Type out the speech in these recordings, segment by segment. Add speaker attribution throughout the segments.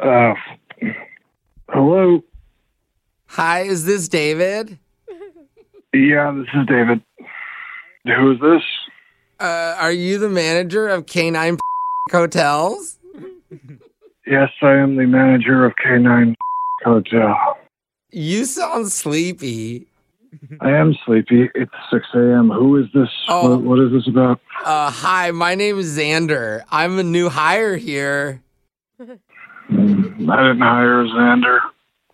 Speaker 1: Uh, hello.
Speaker 2: Hi, is this David?
Speaker 1: Yeah, this is David. Who is this?
Speaker 2: Uh, are you the manager of K9 Hotels?
Speaker 1: Yes, I am the manager of K9 Hotel.
Speaker 2: You sound sleepy.
Speaker 1: I am sleepy. It's 6 a.m. Who is this?
Speaker 2: Oh.
Speaker 1: What, what is this about?
Speaker 2: Uh, hi, my name is Xander. I'm a new hire here.
Speaker 1: Mm, I didn't hire Xander.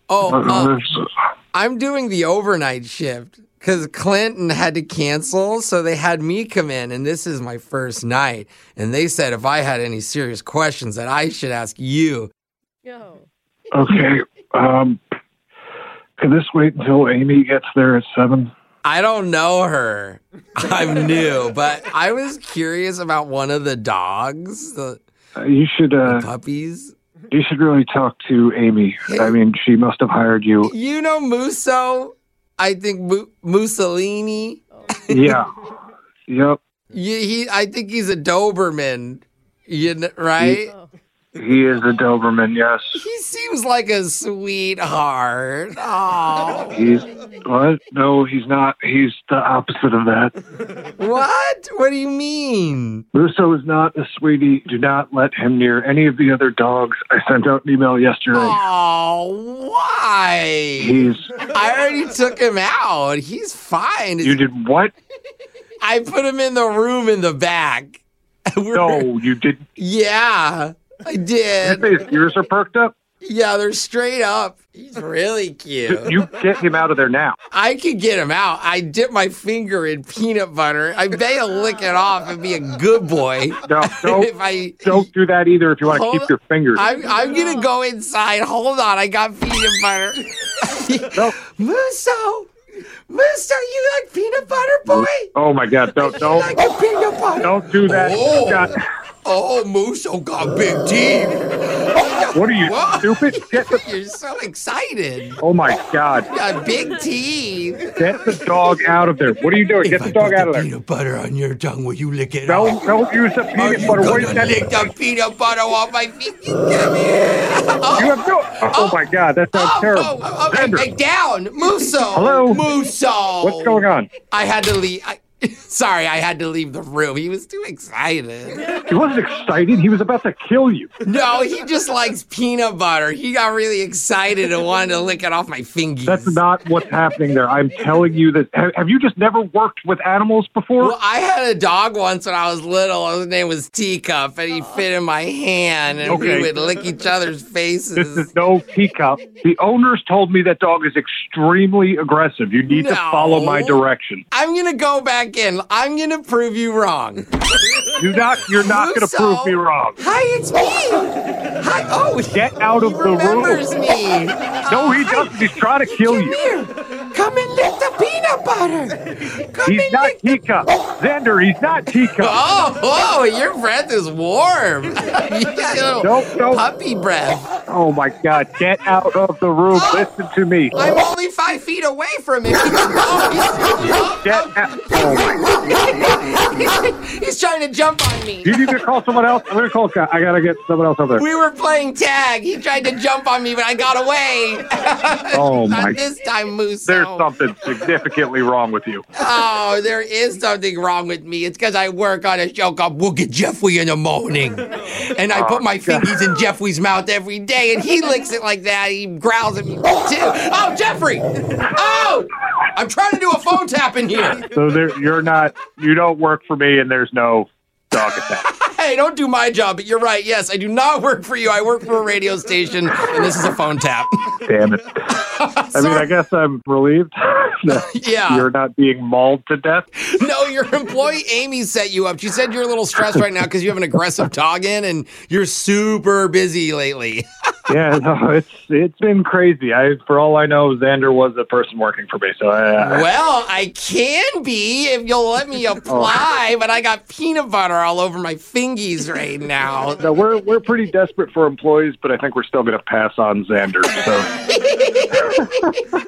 Speaker 2: Oh,
Speaker 1: What-
Speaker 2: uh,
Speaker 1: what is this?
Speaker 2: I'm doing the overnight shift because Clinton had to cancel, so they had me come in, and this is my first night. And they said if I had any serious questions, that I should ask you.
Speaker 3: No.
Speaker 1: Okay. Um, could this wait until Amy gets there at 7?
Speaker 2: I don't know her. I'm new, but I was curious about one of the dogs, the,
Speaker 1: Uh, you should
Speaker 2: the
Speaker 1: uh,
Speaker 2: puppies.
Speaker 1: you should really talk to Amy. I mean, she must have hired you.
Speaker 2: You know Musso? I think Mu- Mussolini.
Speaker 1: Yeah. Yep.
Speaker 2: Yeah, he. I think he's a Doberman. You know, right?
Speaker 1: He is a Doberman, yes.
Speaker 2: He seems like a sweetheart. Oh,
Speaker 1: He's what? No, he's not. He's the opposite of that.
Speaker 2: what? What do you mean?
Speaker 1: Russo is not a sweetie. Do not let him near any of the other dogs. I sent out an email yesterday.
Speaker 2: Oh, why?
Speaker 1: He's
Speaker 2: I already took him out. He's fine.
Speaker 1: you did what?
Speaker 2: I put him in the room in the back. We're-
Speaker 1: No, you did.
Speaker 2: Yeah, I did.
Speaker 1: His ears are perked up.
Speaker 2: Yeah, they're straight up. He's really cute.
Speaker 1: You get him out of there now.
Speaker 2: I could get him out. I dip my finger in peanut butter. I bet he'll lick it off and be a good boy.
Speaker 1: No,
Speaker 2: if
Speaker 1: don't
Speaker 2: I
Speaker 1: don't do that either. If you want to
Speaker 2: Hold
Speaker 1: keep your fingers.
Speaker 2: I'm, I'm gonna go inside. Hold on, I got peanut butter.
Speaker 1: No.
Speaker 2: Musso, Musso, you like peanut butter, boy?
Speaker 1: Oh my God! Don't
Speaker 2: Like
Speaker 1: don't
Speaker 2: a peanut butter.
Speaker 1: don't do that.
Speaker 2: Oh.
Speaker 1: God,
Speaker 2: Oh, Musso got big teeth.
Speaker 1: what are you
Speaker 2: Whoa.
Speaker 1: stupid? Get the,
Speaker 2: You're so excited.
Speaker 1: oh my God!
Speaker 2: Got big teeth.
Speaker 1: Get the dog out of there. What are you doing? Get
Speaker 2: If
Speaker 1: the
Speaker 2: I
Speaker 1: dog
Speaker 2: put
Speaker 1: out of
Speaker 2: the
Speaker 1: there.
Speaker 2: peanut butter on your tongue, will you lick it off?
Speaker 1: Don't don't use the
Speaker 2: Are
Speaker 1: peanut
Speaker 2: you
Speaker 1: butter.
Speaker 2: gonna
Speaker 1: What is that?
Speaker 2: lick the peanut butter off my feet?
Speaker 1: You have no. Oh, my God, that sounds
Speaker 2: Oh,
Speaker 1: terrible.
Speaker 2: oh, oh, hey,
Speaker 1: Xander,
Speaker 2: hey, down, Musso.
Speaker 1: Hello?
Speaker 2: Musso.
Speaker 1: what's going on?
Speaker 2: I had to leave. I, sorry, I had to leave the room. He was too excited.
Speaker 1: He wasn't excited. He was about to kill you.
Speaker 2: No, he just likes peanut butter. He got really excited and wanted to lick it off my fingers.
Speaker 1: That's not what's happening there. I'm telling you that. Have, have you just never worked with animals before?
Speaker 2: Well, I had a dog once when I was little. His name was Teacup, and he fit in my hand, and
Speaker 1: Okay.
Speaker 2: we would lick each other's faces.
Speaker 1: this is no teacup. The owners told me that dog is extremely aggressive. You need to
Speaker 2: No.
Speaker 1: follow my direction.
Speaker 2: I'm gonna go back in. I'm gonna prove you wrong.
Speaker 1: Do not. You're not going to
Speaker 2: Russo.
Speaker 1: prove me wrong.
Speaker 2: Hi, it's me. Hi. Oh,
Speaker 1: Get out of
Speaker 2: he
Speaker 1: the room.
Speaker 2: remembers uh, me.
Speaker 1: No, he doesn't. He's trying to kill
Speaker 2: Come
Speaker 1: you.
Speaker 2: here. Come and lick the peanut butter. Come
Speaker 1: He's
Speaker 2: and
Speaker 1: not
Speaker 2: lick.
Speaker 1: teacup. Xander, he's not teacup.
Speaker 2: Oh, oh, your breath is warm. You got a little
Speaker 1: Nope, nope.
Speaker 2: Puppy breath.
Speaker 1: Oh my God! Get out of the room. Listen to me.
Speaker 2: I'm only five feet away from him. Oh,
Speaker 1: Get out. Oh my
Speaker 2: he's, he's trying to jump on me.
Speaker 1: You need to call someone else. I'm gonna call. I gotta get someone else over there.
Speaker 2: We were playing tag. He tried to jump on me, but I got away.
Speaker 1: Oh my!
Speaker 2: Not this time, Moose.
Speaker 1: There's something significantly wrong with you.
Speaker 2: Oh, there is something wrong with me. It's because I work on a show called We'll Get Jeffrey in the Morning. And
Speaker 1: Oh,
Speaker 2: I put my fingers in Jeffrey's mouth every day, and he licks it like that. He growls at me, too. Oh, Jeffrey! Oh! I'm trying to do a phone tap in here.
Speaker 1: So there, you're not. You don't work for me, and there's no dog attack.
Speaker 2: Hey, don't do my job, but you're right. Yes, I do not work for you. I work for a radio station, and this is a phone tap.
Speaker 1: Damn it! I mean, I guess I'm relieved that
Speaker 2: Yeah.
Speaker 1: you're not being mauled to death.
Speaker 2: No, your employee Amy set you up. She said you're a little stressed right now because you have an aggressive dog in and you're super busy lately.
Speaker 1: Yeah, no, it's it's been crazy. I, for all I know, Xander was the person working for me. So uh, I,
Speaker 2: Well, I can be if you'll let me apply, but I got peanut butter all over my fingies right now.
Speaker 1: no, we're we're pretty desperate for employees, but I think we're still gonna pass on Xander. So